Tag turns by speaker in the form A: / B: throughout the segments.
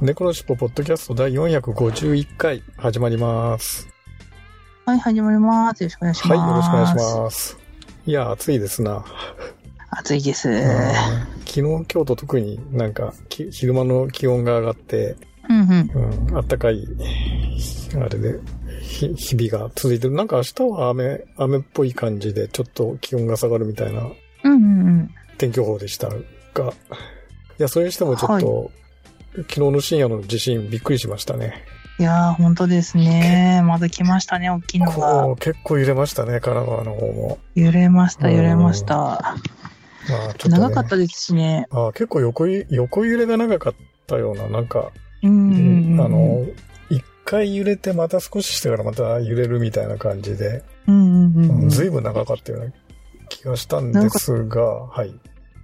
A: 猫のしっぽポッドキャスト第451回始まります。
B: はい、始まります。よろしくお願いしま
A: は
B: す。
A: い、よろしくお願いします。いや、暑いですな。
B: 暑いです。
A: うん昨日、今日と特になんか、き昼間の気温が上がって、
B: うんうん。
A: うん、あったかい、あれで、ひ日々が続いてる。なんか明日は雨、雨っぽい感じで、ちょっと気温が下がるみたいな
B: うんうんうん。
A: 天気予報でしたが、いや、それにしてもちょっと、昨日の深夜の地震びっくりしましたね。
B: いやー、本当ですね。まだ来ましたね、大きいのが。
A: こう結構揺れましたね、神奈川の方も。
B: 揺れまし
A: う
B: た、
A: ん
B: 揺れました。
A: まあ、ちょっと、ね。
B: 長かったですしね。
A: あ結構横い、横揺れが長かったような、なんか、
B: うんうんうん。
A: あの、一回揺れてまた少ししてからまた揺れるみたいな感じで、
B: うんうんうんうん。
A: ずいぶん長かったような気がしたんですが、はい。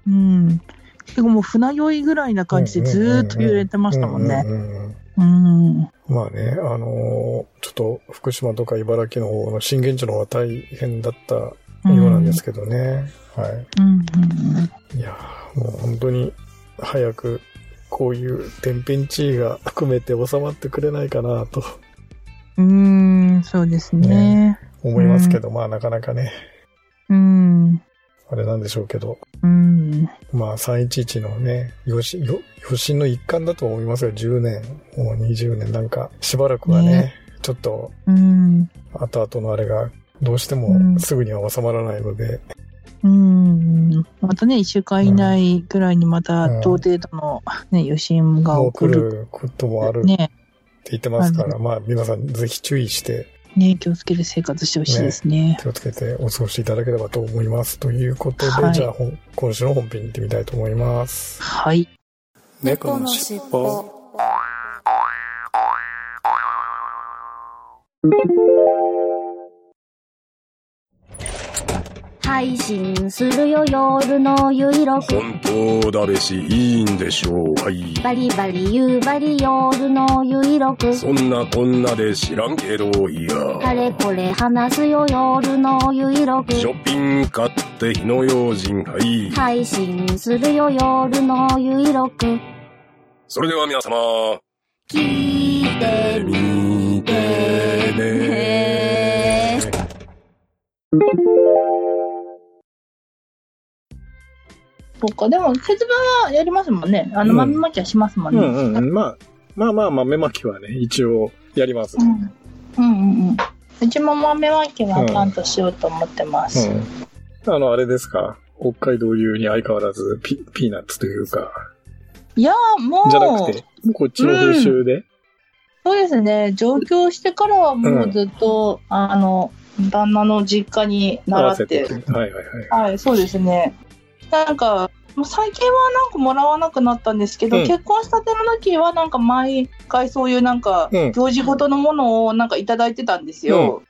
B: うん。結構もう船酔いぐらいな感じでずーっと揺れてましたもんね
A: う。うんうんうん
B: うん。
A: まあね、あのーちょっと福島とか茨城の方の震源地の方は大変だったようなんですけどね。は
B: うんうんうん。
A: い。いやー、もう本当に早くこういう天変地異が含めて収まってくれないかなと
B: うん、そうですね。
A: 思いますけど、まあなかなかね、
B: うん。
A: あれなんでしょうけど。
B: うん。
A: まあ311のね、余震よ余震の一環だと思いますが、10年、もう20年なんか、しばらくはね、
B: ね
A: ちょっと
B: うん。
A: 後々のあれが、どうして
B: う
A: も
B: ん
A: すぐには収まらないので、
B: うん。またね、一週間以内ぐらいにまた同程度の、ね、余震が
A: もう
B: 起こ
A: 来
B: る。
A: ることもあるって
B: ね、
A: 言ってますから、
B: う
A: まあ皆さんぜひ注意して
B: ね、気をつけて生活してほしいですね。
A: 気をつけてお過ごしいただければと思います。ということで、
B: はい
A: じゃあ本今週の本編に行ってみたいと思います。
B: はい。
C: 猫のしっぽ
D: 配信するよ夜のゆいろく
E: 本当だべし、いいんでしょうかい。
D: バリバリ夕張夜のゆいろく
E: そんなこんなで知らんけど、いや。
D: かれこれ話すよ夜のゆいろく
E: ショッピング買って火の用心かい。
D: 配信するよ夜のゆいろく
E: それでは皆様、
D: 聞いてみ
E: 見てね。
B: そっか、でも、節分はやりますもんね。あの、
A: うん
B: 豆まきはしますもん
A: う
B: ね。
A: んうんうん、まあ、まあまあ豆まきはね、一応やります。
B: うん。うんうんうん。うちも豆まきはちゃんとしようと思ってます。
A: うん。あの、あれですか。北海道流に相変わらずピピーナッツというか、
B: いやー、も
A: じゃなく
B: う
A: て、、こっちの風習で。
B: そうですね、上京してからはもうずっと、あの、旦那の実家に
A: 合
B: 習
A: わ
B: っ
A: せ
B: て
A: て。はいはいはい。
B: はい、そうですね。なんか、もう最近はなんかもらわなくなったんですけど、
A: うん
B: 結婚したての時はなんか毎回そういうなんか
A: うん
B: 行事ごとのものをなんかいただいてたんですよ。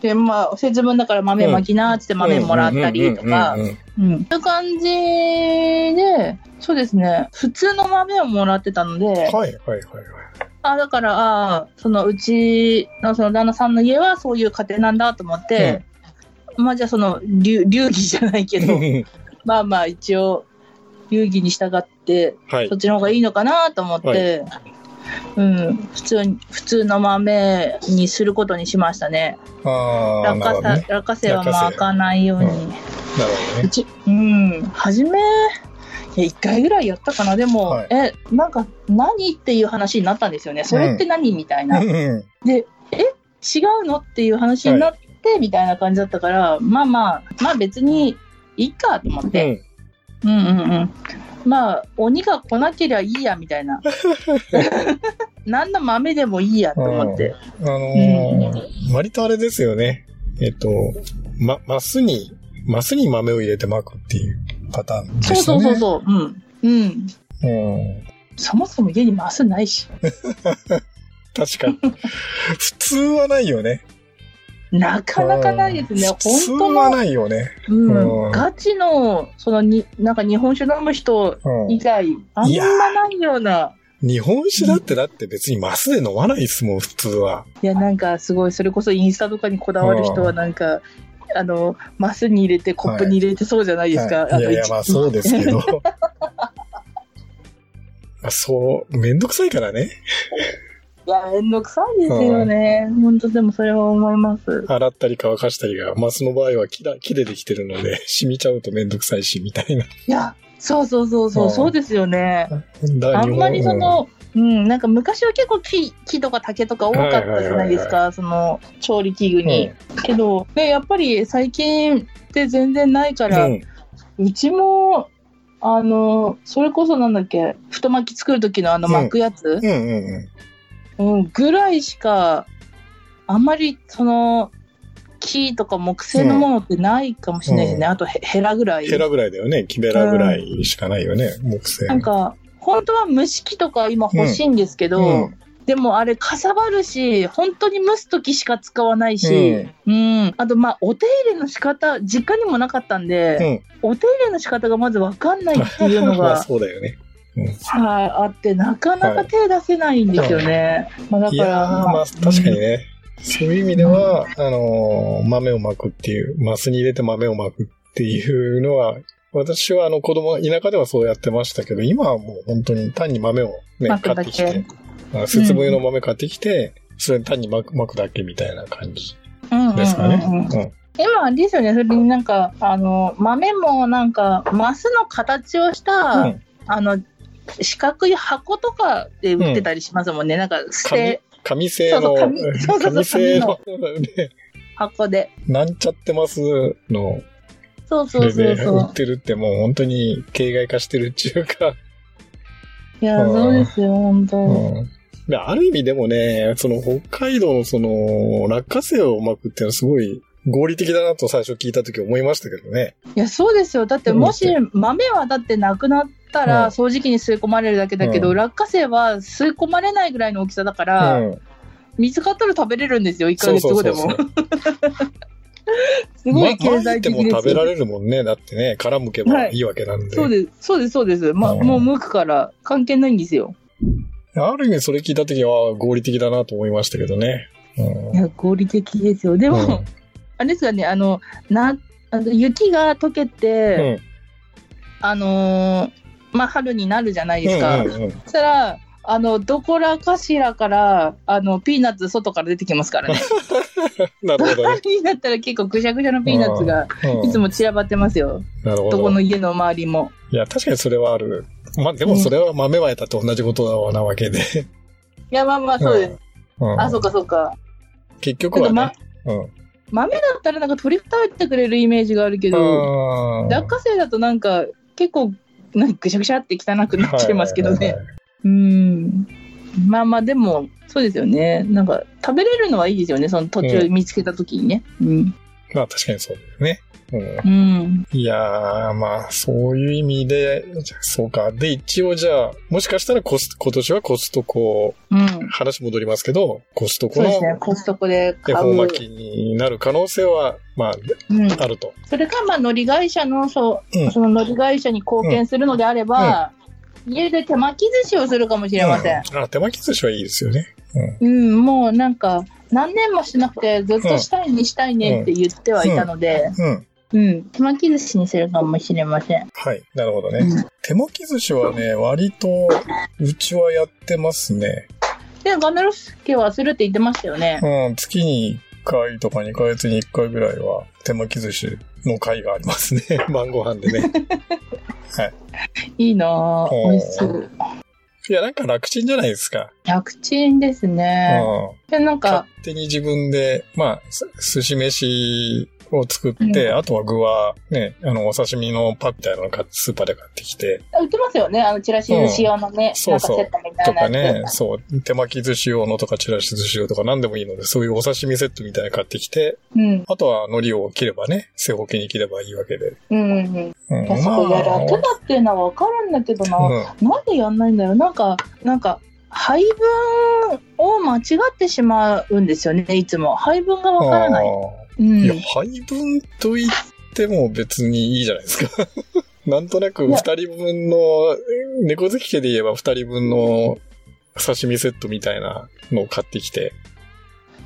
B: で、まあ、節分だから豆まきなーっつって豆もらったりとか
A: うん、うんうんうん
B: うん。そういう感じで、そうですね、普通の豆をもらってたので、
A: はいはいはいはい。
B: あ、だから、あーそのうちのその旦那さんの家はそういう家庭なんだと思って、まあじゃあその流流儀じゃないけど、 まあまあ一応流儀に従って
A: はい
B: そっ。ちの方がいいのかなと思って、うん、普通に普通の豆にすることにしましたね
A: ああ、
B: 落
A: な
B: 花
A: るほ
B: 生
A: どね。
B: 落花生は
A: 落花
B: 巻
A: 生
B: かないように、
A: うんなるほど
B: う
A: ね。
B: ちうん初めいや1回ぐらいやったかなでも、
A: はい
B: えなんか何っていう話になったんですよねそれって何、みたいな違
A: うんうん
B: うのっていう話になって、みたいな感じだったからまあまあまあ別にいいかと思って、うんうんうん。まあ、鬼が来なけりゃいいや、みたい な。何の豆でもいいや、と思って。
A: うん。あのー、割とあれですよね。えっと、ま、マスに、マスに豆を入れて巻くっていうパターンで
B: そう
A: した
B: そ
A: ね。
B: うそうそう。うん。うん。
A: うん。
B: そもそも家にマスないし。
A: 確かに。 普通はないよね。
B: なかなかないですね
A: うん。
B: 本
A: 普
B: 当
A: 通
B: の、
A: はないよね。
B: う
A: うん
B: ん、ガチの、そのに、なんか日本酒飲む人
A: う
B: 以
A: ん。
B: 外、あんまないような、
A: 日本酒だってだって別にマスで飲まないですもん、普通は。
B: いや、なんかすごい、それこそインスタとかにこだわる人は、なんか、あの、マスに入れて、コップに入れてそうじゃないですか。
A: はいいやいや、
B: あと一
A: まあそうですけ ど。まあそう、めんどくさいからね。
B: いや、めんどくさいですよね。本当でもそれは思います。
A: 洗ったり乾かしたりが、マスの場合は木だ木でできてる ので、染みちゃうとめんどくさいし、みたいな。
B: いや、そうそうそうそうう、
A: ん
B: そうですよね。
A: あ
B: あんまりそ、の、うん、なんか昔は結構木木とか竹とか多かったじゃないですか、その調理器具に。けど、ね、やっぱり最近って全然ないか
A: う
B: ら、
A: ん
B: うちも、あの、それこそなんだっけ、太巻き作る時のあの
A: うん
B: 巻くやつ、
A: うんうんう
B: うん、ぐらいしか、あんまりその、木とか木製のものってないかもしれないですね。
A: う
B: あとヘヘラぐら
A: ん。
B: い。
A: ヘラぐらいだよね。木べらぐらいしかないよね。木製。
B: なんか、本当は蒸し器とか今欲しいんですけど、
A: うん、
B: でもあれかさばるし、本当に蒸すときしか使わないし、うん、あとまあお手入れの仕方、実家にもなかったんで、お手入れの仕方がまずわかんないっていうの
A: まあ
B: が、
A: そうだよね。
B: はい、あって、なかなか手出せないんですよね。まあだ
A: い
B: か
A: やー
B: ら、
A: まあ確かにね。そういう意味では、あのー豆をまくっていう、マスに入れて豆をまくっていうのは、私はあの子供、田舎ではそうやってましたけど、今はもう本当に単に豆をね、
B: まく
A: 買っ
B: だ
A: て
B: け
A: きて、あ節分用の豆買ってきて、それ単にまくまくだけみたいな感じ
B: うんうん
A: ですかね。
B: うんうん今あれですよね、それになんか、あの、豆もなんか、マスの形をした、
A: うん。うん
B: あの、四角い箱とかで売ってたりしますもんね。なんか、捨て
A: 紙製の、
B: そうそう紙そうそうそう
A: 紙製の、ね
B: 箱で。
A: なんちゃってますの、
B: そう
A: そ
B: そう
A: れ
B: そ
A: で
B: うそ
A: 売っ
B: う。
A: てるってもう本当に形骸化してるっていうか、
B: いや、
A: うん
B: そうですよ、本当。
A: うんである意味でもね、その北海道のその落花生を巻くっていうのはすごい合理的だなと最初聞いた時思いましたけどね。
B: いや、そうですよ。だって、もし豆はだってなくなった
A: うん
B: ら、掃除機に吸い込まれるだけだけど、
A: うん
B: 落花生は吸い込まれないぐらいの大きさだか
A: う
B: ら、
A: ん。
B: 見つかったら食べれるんですよ、1ヶ月後でも。 すごい経
A: ま
B: 済
A: 巻いて
B: 的
A: も
B: ですよ。
A: 食べられるもんね。だってね、殻むけばいいわけなんで。
B: そうです、そうです、そうです。ま、
A: うん
B: もう剥くから関係ないんですよ。
A: ある意味それ聞いた時は合理的だなと思いましたけどね。うん
B: いや、合理的ですよ。でも、
A: うん
B: あれですかね、あの、な、あの雪が溶けて、
A: うん
B: あのーまあ、春になるじゃないですか。
A: うんうんうん
B: そしたら、あの、どこらかしらから、あの、ピーナッツ外から出てきます からね。
A: なるほど ね
B: 春になったら結構ぐしゃぐしゃのピーナッツが、
A: うん
B: いつも散らばってますよ。
A: なるほ
B: どこ
A: ど。
B: の
A: い
B: 家の周りも。
A: や、確かにそれはある。まあ、でもそれは豆まいたと同じことなわけで。
B: いや、まあまあ、そうです。
A: うん
B: あ、そうか、そうか。
A: 結局はね。うん。
B: 豆だったらなんか鳥食べてくれるイメージがあるけど、
A: うん
B: 落花生だとなんか、結構、なんかぐしゃぐしゃって汚くなっちゃいますけどね。
A: はいはいはいはい
B: うん。まあまあ、でも、そうですよね。なんか、食べれるのはいいですよね。その途中
A: う
B: 見つけた時にね。うん。
A: まあ確かにそうだよね。うん、
B: うん。
A: いやー、まあそういう意味で、そうか。で、一応じゃあ、もしかしたらコス今年はコストコ、
B: うん。
A: 話戻りますけど、コストコ
B: そう
A: の
B: ですね。コストコで
A: 恵
B: 買
A: 方
B: う。
A: 巻きになる可能性は、ま
B: うん。
A: あ、あると。
B: それか、まあ、乗り会社の、そう、
A: うん
B: その乗り会社に貢献するのであれば、家で手巻き寿司をするかもしれません。
A: うんあ、手巻き寿司はいいですよね。
B: うん、もうなんか、何年もしなくて、ずっとしたいね、したいねって言ってはいたので、
A: うん。
B: うん、手巻き寿司にするかもしれません。
A: はい。なるほどね。
B: うん
A: 手巻き寿司はね、割と、うちはやってますね。
B: で、ガメロスケはするって言ってましたよね。
A: うん、月に1回とか2ヶ月に1回ぐらいは手巻き寿司の会がありますね。 晩ご飯でね。
B: いいなぁ、
A: うん
B: 美味しそう。
A: いや、なんか楽ちんじゃないですか。
B: 楽ちんです
A: うん
B: ね。。で、なん
A: 勝
B: か、
A: 手に自分で、まあ、す寿司飯を作って、あとは具はね、あの、お刺身のパッみたいなのを買ってスーパーで買ってきて、
B: 売ってますよね、あの、チラシ寿司用のね、
A: そ
B: な
A: うん
B: か
A: そう
B: セットみ
A: とかね、そう、手巻き寿司用のとか、チラシ寿司用とか何でもいいので、そういうお刺身セットみたいなの買ってきて、
B: うん。
A: あとは海苔を切ればね、正方形に切ればいいわけで。
B: うんうん。
A: うん、
B: いや、そこやら楽だっていうのはわかるんだけどな。
A: うん
B: なんでやんないんだよ。なんか、なんか、配分を間違ってしまうんですよね、いつも。配分がわからない。
A: あ
B: う
A: ーいや
B: ん。、
A: 配分と言っても別にいいじゃないですか。 なんとなく
B: いや
A: 二人分の、猫好き家で言えば二人分の刺身セットみたいなのを買ってきて。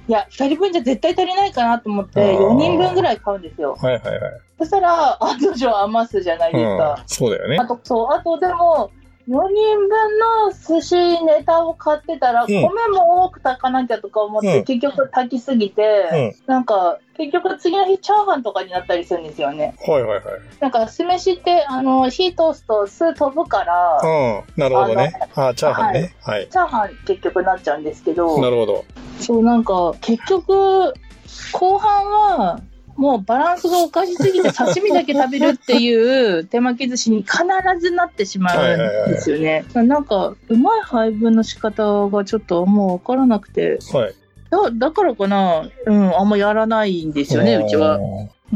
B: いや、2人分じゃ絶対足りないかなと思って、
A: あー
B: 4人分ぐらい買うんですよ。
A: はいはいはい。
B: そしたら、案の定余すじゃないです
A: うん
B: か。、
A: そうだよね
B: あ。と、そう、あとでも、4人分の寿司ネタを買ってたら、
A: ん
B: 米も多く炊かなきゃとか思って、
A: うん
B: 結局炊きすぎて、
A: うん
B: なんか、結局次の日チャーハンとかになったりするんですよね。
A: はいはい
B: なんか酢飯ってあの火通すと酢飛ぶから、
A: はい。うん。なるほどね。ああ、チャーハンね。はい。
B: チャーハン結局なっちゃうんですけど
A: なるほど。
B: そうなんか結局後半はもうバランスがおかしすぎて刺身だけ食べるっていう手巻き寿司に必ずなってしまうんですよね。なんかうまい配分の仕方がちょっともう分からなくて
A: はい。
B: だだからかな、うん、あんまやらないんですよねうちは。
A: うん。
B: う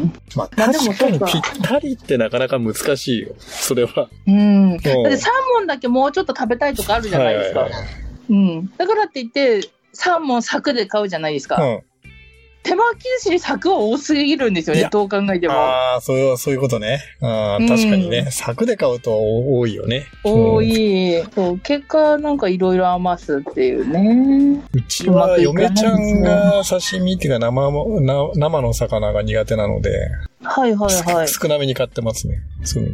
B: ん
A: まあ、
B: まあでも
A: 確かに
B: そうか
A: ぴったりってなかなか難しいよ。それは。
B: うん、
A: う
B: だ
A: ん
B: ってサーモンだけもうちょっと食べたいとかあるじゃないですか。
A: はいはいはい
B: うん、だからって言ってサーモン柵で買うじゃないですか、
A: うん。
B: 手巻き寿司に柵は多すぎるんですよ
A: い
B: ね
A: や
B: どう考えても
A: ああ、そういう、そういうことね。ああ、
B: うん
A: 確かにね。柵で買うと多いよね。
B: 多
A: うん。
B: い、そう結果なんかいろいろ余すっていうね
A: うちは
B: うまくいかない
A: 嫁
B: んで
A: ち
B: す
A: ゃ
B: よ
A: んが刺身っていうか生も、な生の魚が苦手なので、
B: はいはいはい
A: 少なめに買ってますね。そう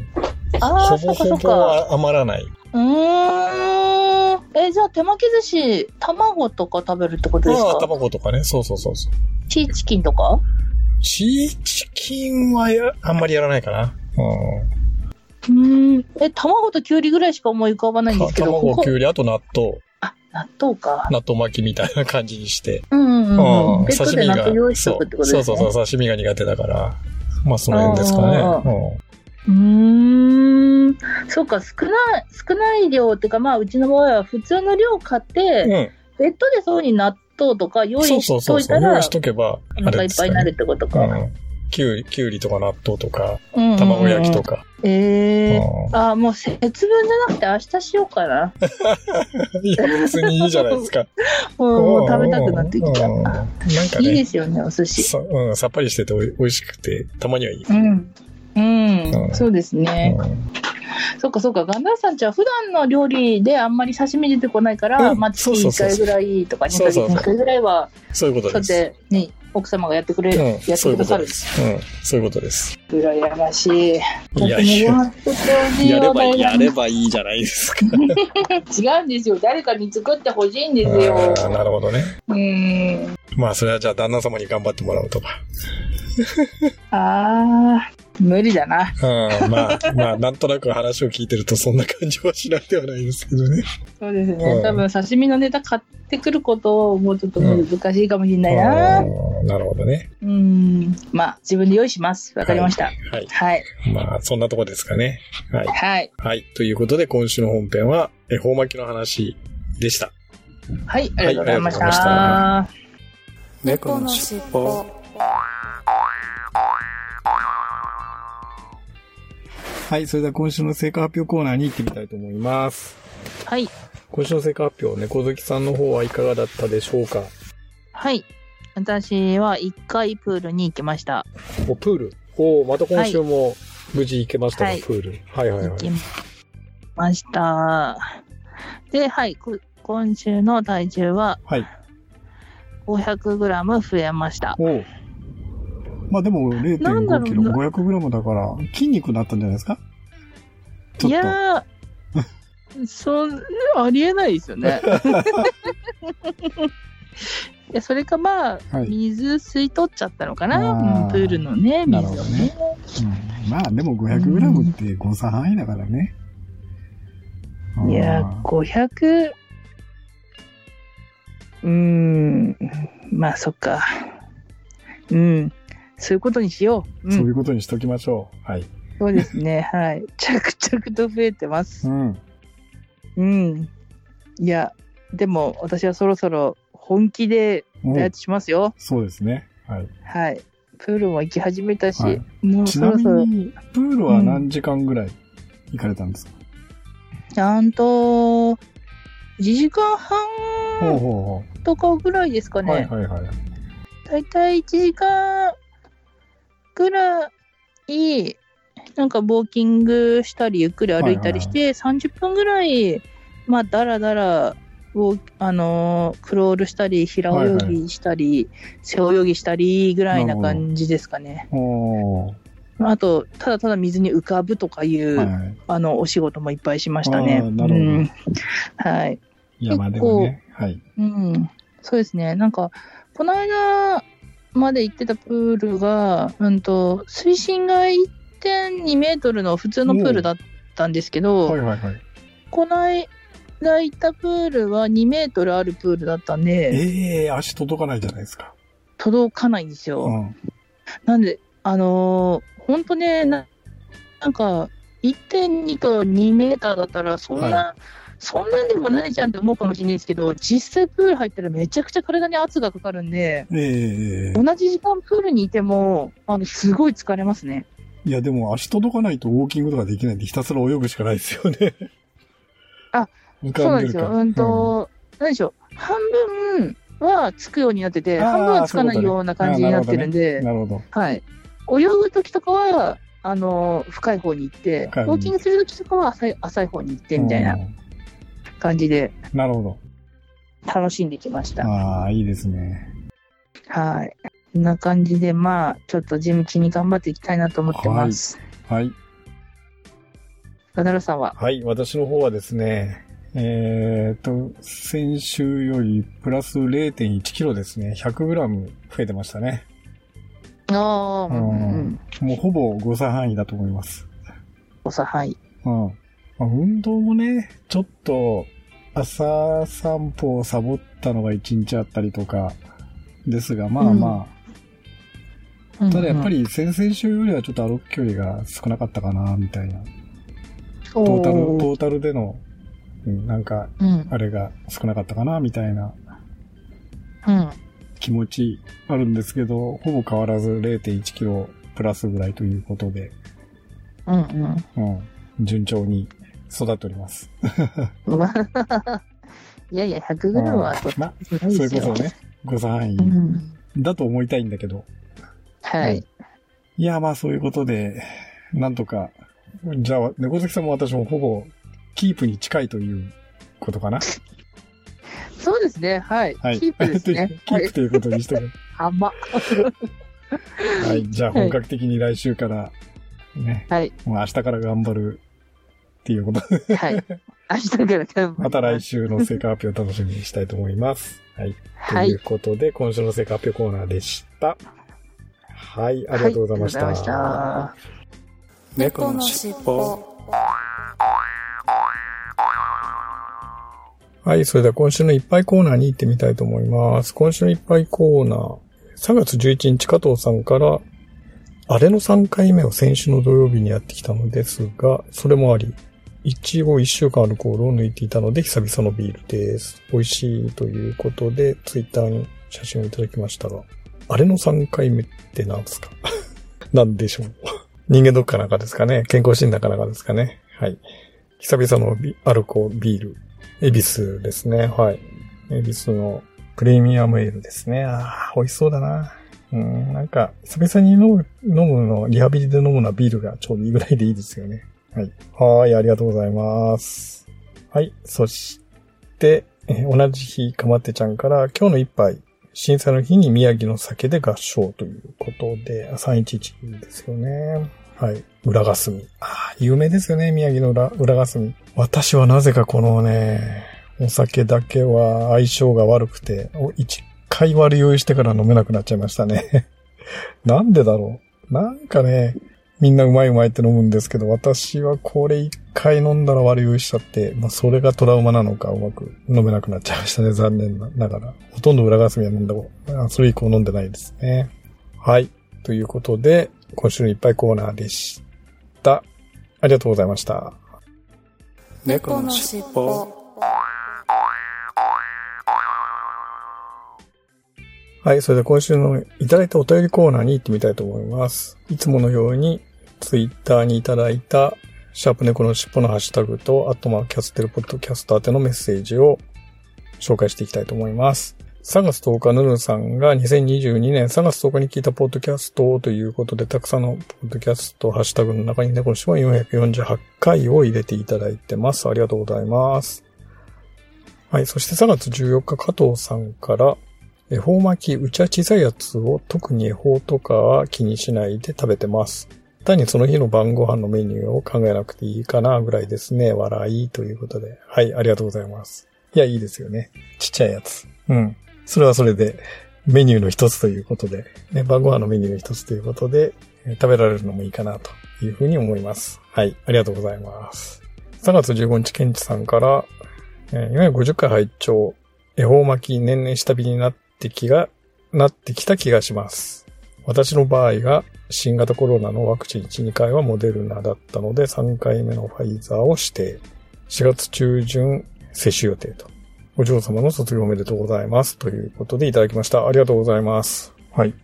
B: あ
A: ほ
B: あそ
A: ぼ
B: っかそ
A: ほ
B: っか
A: ぼは余らない。
B: うーんえじゃあ手巻き寿司卵とか食べるってことです
A: まあ、
B: か
A: 卵とかね。そうそうそうそう。
B: チーチキンとか
A: チーチキンはや、あんまりやらないかな。うん。
B: うーんえ卵ときゅうりぐらいしか思い浮かばないんですけどこ
A: 卵、
B: こ
A: きゅうり、あと納豆、
B: あ納豆か
A: 納豆巻きみたいな感じにして。
B: うんうんうん
A: うん
B: ベッドで納豆用意し
A: そ
B: とくってこと
A: う
B: です
A: そう
B: ね
A: そうそう、刺身が苦手だから。まあ、その辺ですかね。
B: あー
A: うん
B: うーんそうか少ない少ない量っていうかまあうちの場合は普通の量買って、
A: うん。
B: ベッドでそうに納豆とか用意
A: そう
B: し
A: そうそ
B: と
A: う
B: い
A: そ
B: た
A: う。用
B: ら
A: 意しとけば、
B: お
A: あれ
B: 腹い
A: で
B: っ
A: す
B: ぱい
A: よ
B: になる
A: ね。
B: ってこと
A: う
B: か、
A: ん。きゅうり、きゅうりとか納豆とか、
B: うんうんうん
A: 卵焼きとか。
B: ええ
A: う
B: あもう節分じゃなくて明日しようかな、
A: ん いや、別にいいじゃな いですか。
B: うんもう食べたくなってきた、
A: うんうんなんか
B: いい
A: ね
B: ですよねお寿司
A: さ、うん、さっぱりしてておい美味しくて、たまにはいい。
B: うんうん、
A: うん
B: そうですね、
A: うん
B: そっかそっかガンダーさんちは普段の料理であんまり刺身出てこないから、
A: うん
B: まあ月1回ぐらいとか2ヶ月に1回ぐらいは
A: そういうこと
B: だ
A: で
B: っ
A: す。
B: てね奥様がやってくれ、
A: うん
B: やっ、て
A: そうい
B: く
A: うこ
B: ださ
A: とで
B: る
A: す。うん、そういうことです。
B: 羨ましい
A: いやいや、
B: 僕もやって
A: やればいい、やれ
B: ほ
A: ばいいじゃないですか。
B: しい違うんですよ誰かに作ってほしいんですよ
A: あーなるほどね。
B: うん
A: まあ、それはじゃあ旦那様に頑張ってもらうとか。
B: あー無理だな
A: うん、まあ、 まあ、なんとなく話を聞いてるとそんな感じはしないではないですけどね。
B: そうですね、
A: うん
B: 多分刺身のネタ買ってくることをもうちょっと難しいかもしれないな
A: うんなるほどね。
B: うんまあ自分で用意しますわかりました
A: はい。
B: はい
A: まあ、そんなとこですかね。はい。
B: はい
A: はい。ということで、今週の本編は、恵方巻きの話でした。
B: はい、ありがとうございまし
A: はいありがとうございました
B: た
C: 猫のしっぽ
A: はい。それでは今週の成果発表コーナーに行ってみたいと思います。
B: はい
A: 今週の成果発表、猫好きさんの方はいかがだったでしょうか
B: はい。私は一回プールに行きました。
A: お、プール。おーまた今週も無事行けましたね、
B: はい
A: プール。はいはいは
B: 行き
A: い。
B: ました。で、はい。こ今週の体重は
A: はい。
B: 500g 増えました。
A: おうまあでも
B: なんだろ
A: 0.5
B: う
A: キロ、
B: な
A: 500グラムだから、筋肉になったんじゃないですかちょ
B: い
A: っと。
B: やー、そんありえないですよ ね。いやそれかまあ、
A: はい
B: 水吸い取っちゃったのか
A: あー
B: な、うんプールのね、
A: なるほ
B: 水
A: ど
B: を
A: ね
B: ね。
A: うんまあでも500グラムって誤差範囲だからね。
B: いや
A: あ
B: ー、500、うーん、まあそっか。うん、そういうことにしよう。う
A: ーそうい
B: ん、
A: うことにしときましょう。はい。
B: そうですね、はい。着々と増えてま
A: う
B: す。
A: ん。
B: うん。いや、でも私はそろそろ本気でダイエットしますよ。
A: そうですね。はい。
B: はい。プールも行き始めたし、
A: はい
B: もう
A: ち
B: そ
A: な
B: ろ
A: み
B: そろ。
A: に、プールは何時間ぐらい行かれたんですか、
B: ちゃんと、1時間
A: ほう
B: 半
A: ほうほ
B: とかぐらいですか
A: う。
B: ね。
A: はいはいはい。
B: だいたい1時間ぐらい、なんかウォーキングしたり、ゆっくり歩いたりして、30分ぐらい、まあ、だらだら、ウォーあのークロールしたり、平泳ぎしたり、背泳ぎしたりぐらいな感じですかね。
A: おー
B: あと、ただただ水に浮かぶとかいう、
A: はいはい。
B: あの、お仕事もいっぱいしましたね。
A: あーなるほど
B: うん、はい。
A: 山でもね。はい。
B: うん、そうですね。なんか、この間まで行ってたプールが、うんと、水深が1.2メートルの普通のプールだったんですけど、
A: はいはいはい。
B: この間行ったプールは2メートルあるプールだったんで、
A: ええ足届かないじゃないですか。
B: 届かないんですよ。
A: うん。
B: なんで、あのー、ほんとね、ななんか、1.2と2メーターだったら、そんな、
A: は
B: そんなんでもないじゃんって思うかもしれないですけど、実際プール入ったらめちゃくちゃ体に圧がかかるんで、
A: ええええ
B: 同じ時間プールにいても、あの、すごい疲れますね。
A: いやでも足届かないとウォーキングとかできないんでひたすら泳ぐしかないですよね。
B: あ、
A: 浮
B: そう
A: か
B: なん
A: ん
B: で
A: でする
B: よ。
A: か。
B: うんと、何でしょう。半分はつくようになってて、
A: あー
B: 半分はつかないような感じになってるん
A: う
B: で
A: ん、なるほど。
B: はい。泳ぐ時とかは、あの、深い方に行って、ウ
A: 深い方に
B: ォーキングする時とかは浅い浅い方に行ってみたいな
A: うん
B: 感じで
A: なるほど。
B: 楽しんできました。
A: ああ、いいですね。
B: はい。こんな感じで、まあ、ちょっと地道に頑張っていきたいなと思ってます。
A: はい。
B: ガナルさんは。
A: はい、私の方はですね、えー、と、先週よりプラス0.1キロですね。100グラム増えてましたね。
B: ああ、うんうん。
A: もうほぼ誤差範囲だと思います。
B: おさ、はい。
A: うん。まあ運動もね、ちょっと、朝散歩をサボったのが1日あったりとか、ですが、まあま
B: うんう
A: あ、
B: ん
A: ただやっぱ、り先々週よりはちょっと歩く距離が少なかったかな、みたいな。
B: ト
A: トータル、トータルでの、うんなんか、
B: うん。
A: あれが少なかったかな、みたいな
B: うん。
A: 気持ちあるんですけど、ほぼ変わらず0.1キロプラスぐらいということで、
B: うん。
A: うん、順調に育っております。
B: うん。まあ いやいや、100グラムはと
A: うんまあ
B: てもない
A: そ
B: です
A: れこ
B: よ
A: そ。ね、誤差範囲
B: うん。
A: だと思いたいんだけど。
B: は
A: うん
B: い。
A: いや、まあそういうことで、なんとか、じゃあ、猫好きさんも私もほぼ、キープに近いということかな。
B: そうですね。はい。
A: は い。
B: キープですね
A: 。キープということにしても
B: 甘っ。
A: はい。じゃあ本格的に来週から、ね、
B: はい。
A: もう明日から頑張るっていうことで、
B: はい。明日から頑張りす
A: また来週の成果発表を楽しみにしたいと思います。はい。
B: は
A: という
B: い。
A: ことで、今週の成果発表コーナーでした。はい、ありがとうございました。
B: はいありがとうございました。
C: 猫のしっぽ
A: はい、それでは今週のいっぱいコーナーに行ってみたいと思います。今週のいっぱいコーナー、3月11日加藤さんから、あれの3回目を先週の土曜日にやってきたのですが、それもあり、一応1週間アルコールを抜いていたので、久々のビールです。美味しいということで、ツイッターに写真をいただきましたが、あれの3回目って何ですか 何でしょう人間ドックかなんかですかね健康診断かなんかですかねはい。久々のビアルコールビール、エビスですね。はい。エビスのプレミアムエールですね。ああ、美味しそうだな。うん、なんか、久々に飲む、飲むの、リハビリで飲むのはビールがちょうどいいぐらいでいいですよね。はい。はーい、ありがとうございます。はい、そして、えー同じ日、かまってちゃんから、今日の一杯、震災の日に宮城の酒で合唱ということで、あ311ですよね。はい。裏霞。ああ、有名ですよね、宮城の裏裏霞。私はなぜかこのね、お酒だけは相性が悪くて、お一回割り酔いしてから飲めなくなっちゃいましたね。 なんでだろう。なんかね、みんなうまいうまいって飲むんですけど、私はこれ一回飲んだら割り酔いしちゃって、まあそれがトラウマなのかうまく飲めなくなっちゃいましたね、残念ながら。ほとんど裏霞は飲んだこと、あそれ以降飲んでないですね。はい。ということで、今週のいっぱいコーナーでした。ありがとうございました。
C: 猫のしっぽ
A: はい、それでは今週のいただいたお便りコーナーに行ってみたいと思います。いつものように、ツイッターにいただいた、シャープ猫の尻尾のハッシュタグと、あとまあキャステルポッドキャスター宛てのメッセージを紹介していきたいと思います。3月10日、ヌルンさんが2022年3月10日に聞いたポッドキャストということで、たくさんのポッドキャスト、ハッシュタグの中に猫の尻尾448回を入れていただいてます。ありがとうございます。はい、そして3月14日、加藤さんから、恵方巻き、うちは小さいやつを特に恵方とかは気にしないで食べてます。単にその日の晩ご飯のメニューを考えなくていいかなぐらいですね。笑いということで。はい、ありがとうございます。いや、いいですよね。ちっちゃいやつ。うん。それはそれで、メニューの一つということで、ね、晩ご飯のメニューの一つということで、えー食べられるのもいいかなというふうに思います。はい、ありがとうございます。3月15日、ケンチさんから、えー450回拝聴恵方巻き年々下火になってきが、なってきた気がします。私の場合が新型コロナのワクチン1、2回はモデルナだったので3回目のファイザーを指定。4月中旬接種予定と。お嬢様の卒業おめでとうございます。ということでいただきました。ありがとうございます。はい。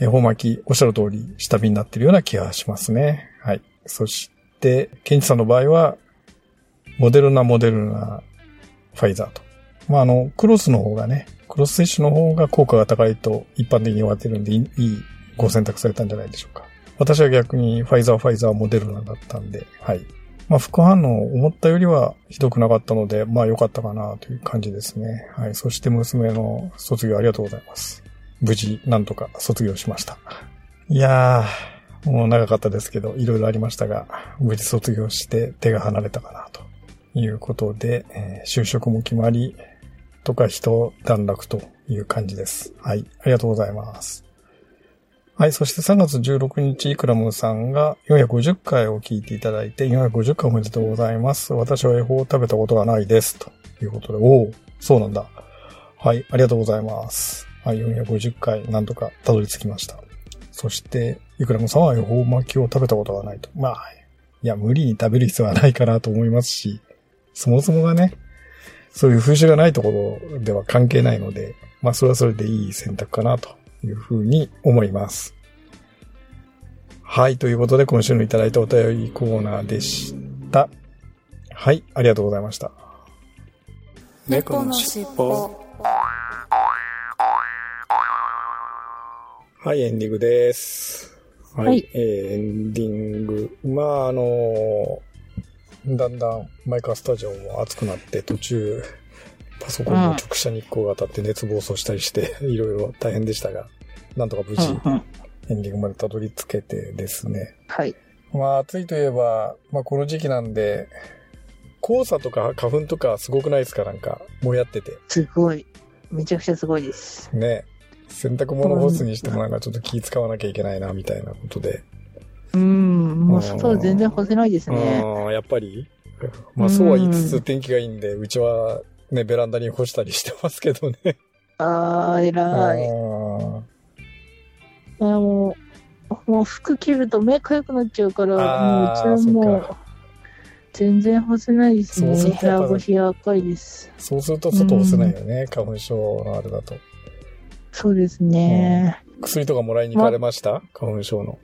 A: 恵方巻き、おっしゃる通り下火になってるような気がしますね。はい。そして、ケンチさんの場合は、モデルナ、モデルナ、ファイザーと。まあ、あの、クロスの方がね、クロス接種の方が効果が高いと一般的に言われてるんで、いいいいご選択されたんじゃないでしょうか。私は逆にファイザー、ファイザー、モデルナだったんで、はい。まあ、副反応思ったよりはひどくなかったので、まあ良かったかなという感じですね。はい。そして娘の卒業ありがとうございます。無事、なんとか卒業しました。いやー、もう長かったですけど、いろいろありましたが、無事卒業して手が離れたかなということで、えー就職も決まり、とか人段落という感じです。はい。ありがとうございます。はい。そして3月16日、イクラムさんが450回を聞いていただいて、450回おめでとうございます。私は恵方を食べたことがないです。ということで、おお、そうなんだ。はい。ありがとうございます。はい。450回、なんとかたどり着きました。そして、イクラムさんは恵方巻きを食べたことがないと。まあ、いや、無理に食べる必要はないかなと思いますし、そもそもがね、そういう風習がないところでは関係ないので、まあそれはそれでいい選択かなというふうに思います。はい、ということで今週のいただいたお便りコーナーでした。はい、ありがとうございました。
C: 猫のしっぽ
A: はい、エンディングです。はい。
B: はい
A: えーエンディング。まあ、あのーだんだんマイカースタジオも暑くなって、途中、パソコンの直射日光が当たって熱暴走したりして、 いろいろ大変でしたが、なんとか無事、
B: うんうん
A: エンディングまでたどり着けてですね。
B: はい。
A: まあ、暑いといえば、まあ、この時期なんで、黄砂とか花粉とかすごくないですかなんか、もやってて。
B: すごい。めちゃくちゃすごいです。
A: ね。洗濯物干すにしてもなんかちょっと気使わなきゃいけないな、みたいなことで。
B: うん、もう外全然干せないですね。
A: ああ、やっぱり。まあそうは言いつつ天気がいいんで、うちはね、ベランダに干したりしてますけどね。
B: あー、偉い。あもう、もう服着ると目かゆくなっちゃうから、
A: あー
B: もううちはも
A: そ
B: う、
A: っ
B: 全然干せないですね。部
A: そうするとやっぱ
B: 屋干しや赤いです。
A: そうすると外干せないよね、花粉症のあれだと。
B: そうですね。
A: 薬とかもらいに行かれました花粉症の。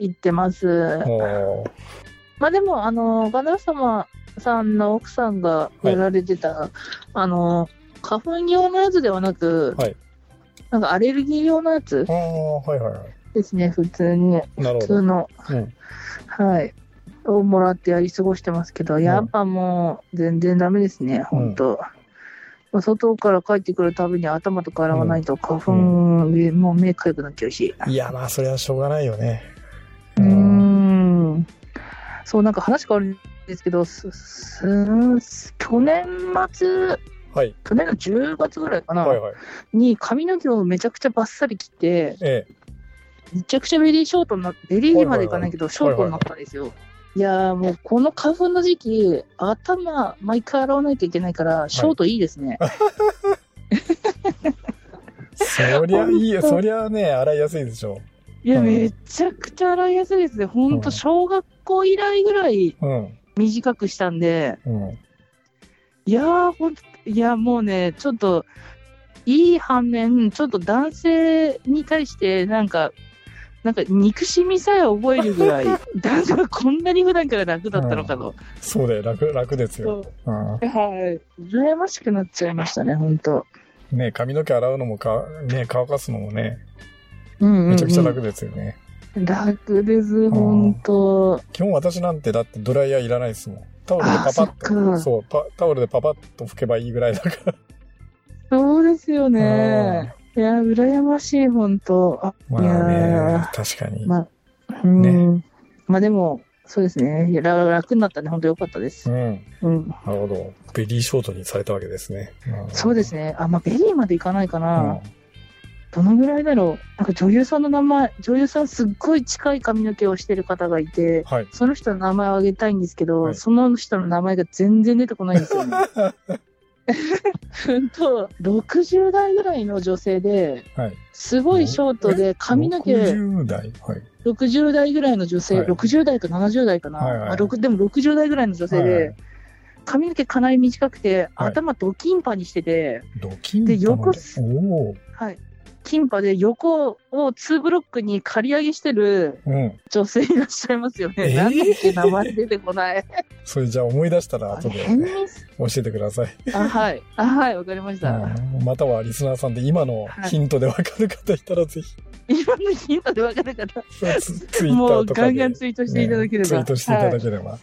B: 行ってます。
A: おー
B: まあでも、あの、ガナ様さんの奥さんがやられてた、あの、花粉用のやつではなく、
A: はい
B: なんかアレルギー用のやつ
A: ああ、はいはいはい。
B: ですね、普通に。
A: なる
B: 普
A: ほど。
B: 通の、
A: うん
B: はい。をもらってやり過ごしてますけど、やっぱもう全然ダメですね、本当、まあ外から帰ってくるたびに頭とか洗わないと花粉で、もう目かゆくなっちゃうし。
A: いや、まあそれはしょうがないよね。
B: うー
A: うん
B: んそう、なんか話変わるんですけど、すす去年末、
A: はい。
B: 去年の10月ぐらいかな、
A: はいはい。
B: に髪の毛をめちゃくちゃバッサリ切って、
A: え
B: めちゃくちゃベリーショートになベリーまでいかないけど、ショートになったんですよ。いやーもうこの花粉の時期、頭、毎回洗わないといけないから、ショートいいです ね。
A: え。そりゃいいよ。
B: 本当
A: そりゃね、洗いやすいでしょ。
B: い、や、
A: うん
B: めちゃくちゃ洗いやすいですね。ほん
A: う
B: と、
A: ん
B: 小学校以来ぐらい
A: うん。
B: 短くしたんで、
A: うん。
B: いやー、ほんと、いや、もうね、ちょっと、いい反面、ちょっと男性に対して、なんか、なんか憎しみさえ覚えるぐ らい、男性はこんなに普段から楽だったのかと。
A: そうだよ、楽、楽ですよ。
B: そう
A: うん
B: はい。羨ましくなっちゃいましたね、本当
A: ね髪の毛洗うのもか、ね乾かすのもね、
B: うんうんうん
A: めちゃくちゃ楽ですよね。
B: 楽です、本当
A: 基本私なんてだってドライヤーいらないですもん。タオルでパパッ
B: あ
A: と、
B: そ
A: そうパ、タオルでパパッと拭けばいいぐらいだから。
B: そうですよね。いや、羨ましい、本当あ、
A: ま
B: いや
A: あね
B: ー、
A: 確かに。
B: まうん。まあでも、そうですね。いやら楽になったね、本当良かったです
A: う。ん。
B: うん。
A: なるほど。ベリーショートにされたわけですね。ん
B: そうですね。あ、まあ、ベリーまでいかないか
A: う
B: な。
A: ん。
B: どのぐらいだろう。なんか女優さんの名前、女優さんすっごい近い髪の毛をしてる方がいて、
A: はい。
B: その人の名前を挙げたいんですけど、
A: はい
B: その人の名前が全然出てこないんですよ ね。本当60代ぐらいの女性で、
A: はい
B: すごいショートで髪の毛
A: 60代。はい。
B: 60代ぐらいの女性、
A: はい
B: 60代か70代かな、
A: はいはい
B: あ6でも60代ぐらいの女性で、
A: はいはい
B: 髪の毛かなり短くて、
A: はい
B: 頭ドキンパにしてて、
A: ドキン
B: で横
A: おおー
B: はい、キンパで横を2ブロックに刈り上げしてる
A: うん。
B: 女性いらっしゃいますよね。
A: えー
B: なんだっけ、名前出てこない。
A: それじゃあ思い出したら
B: あ
A: 後
B: れ
A: で
B: 変
A: 教
B: に
A: えてください。
B: あ、はい。あ、はい、わかりました。
A: うんまたはリスナーさんで今のヒントでわかる方いたらぜ ひ、
B: 今のヒントでわからなかっ
A: ツツイ
B: た。
A: ッタ
B: もう
A: ーとか
B: ガ
A: で。
B: ンガンツイートしていただければ。
A: ねツイートしていただければ。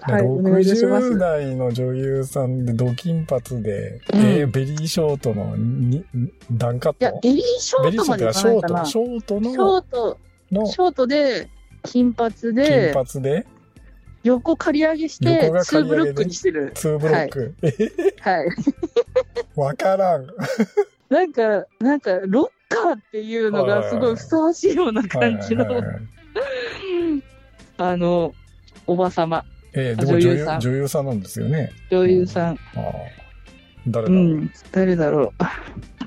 B: はい、はい、お願いいたします
A: 60。代の女優さんでド金髪で、
B: うん
A: えーベリーショートのにダンカッ
B: いや
A: ト、
B: ベリーショ
A: ベ
B: ー
A: リー
B: ト
A: シ
B: ま
A: ョート
B: でい
A: が
B: か
A: シ
B: な
A: ョ
B: い
A: ー
B: か
A: ト、
B: な。
A: シ
B: シ
A: ョートの、
B: ョート、
A: の
B: ショートで、金髪
A: 金
B: で、
A: 髪で、
B: 横刈り上げして、
A: 横が刈り上げで
B: 2ブロックにしてる。
A: 2ブロック。え、
B: はい。
A: わからん。
B: なんか、なんか、ロッカーっていうのがすごいふさわしいような感じの
A: はい、はいはい
B: あの、おばさま、
A: えー
B: あ
A: で
B: 女
A: も女優
B: 優さん
A: 女優さんなんですよね。
B: 女優さん。
A: あー誰
B: う
A: だろう、
B: ん、誰だろう。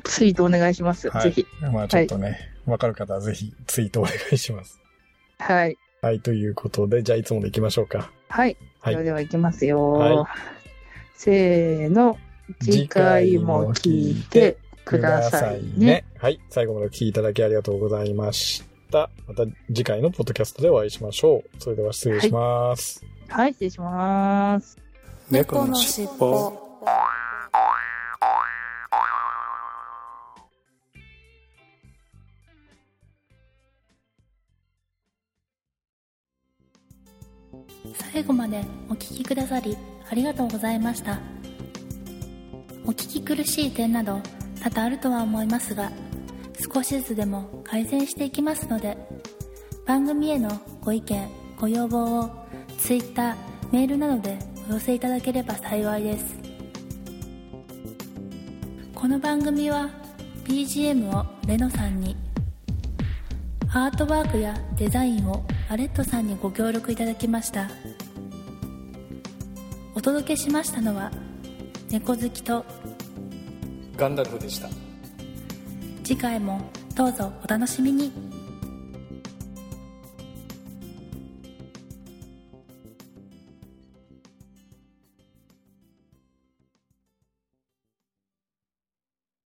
B: ツイートお願いします。
A: はい
B: ぜひ。
A: まあちょっとね、わ、かる方はぜひツイートお願いします。
B: はい。
A: はい、ということで、じゃあいつもで行きましょうか。
B: はい。
A: はい
B: それでは行きますよ。
A: は
B: せーの。次回も聞いてくださいね。。
A: はい。最後までお聞きいただきありがとうございました。また次回のポッドキャストでお会いしましょう。それでは失礼します。
B: はい、失礼します。
C: 猫のしっぽ。
D: 最後までお聞きくださりありがとうございましたお聞き苦しい点など多々あるとは思いますが少しずつでも改善していきますので番組へのご意見ご要望を Twitter メールなどでお寄せいただければ幸いですこの番組は BGM をレノさんにアートワークやデザインをアレットさんにご協力いただきましたお届けしましたのは猫好きと
A: ガンダルフでした。
D: 次回もどうぞお楽しみに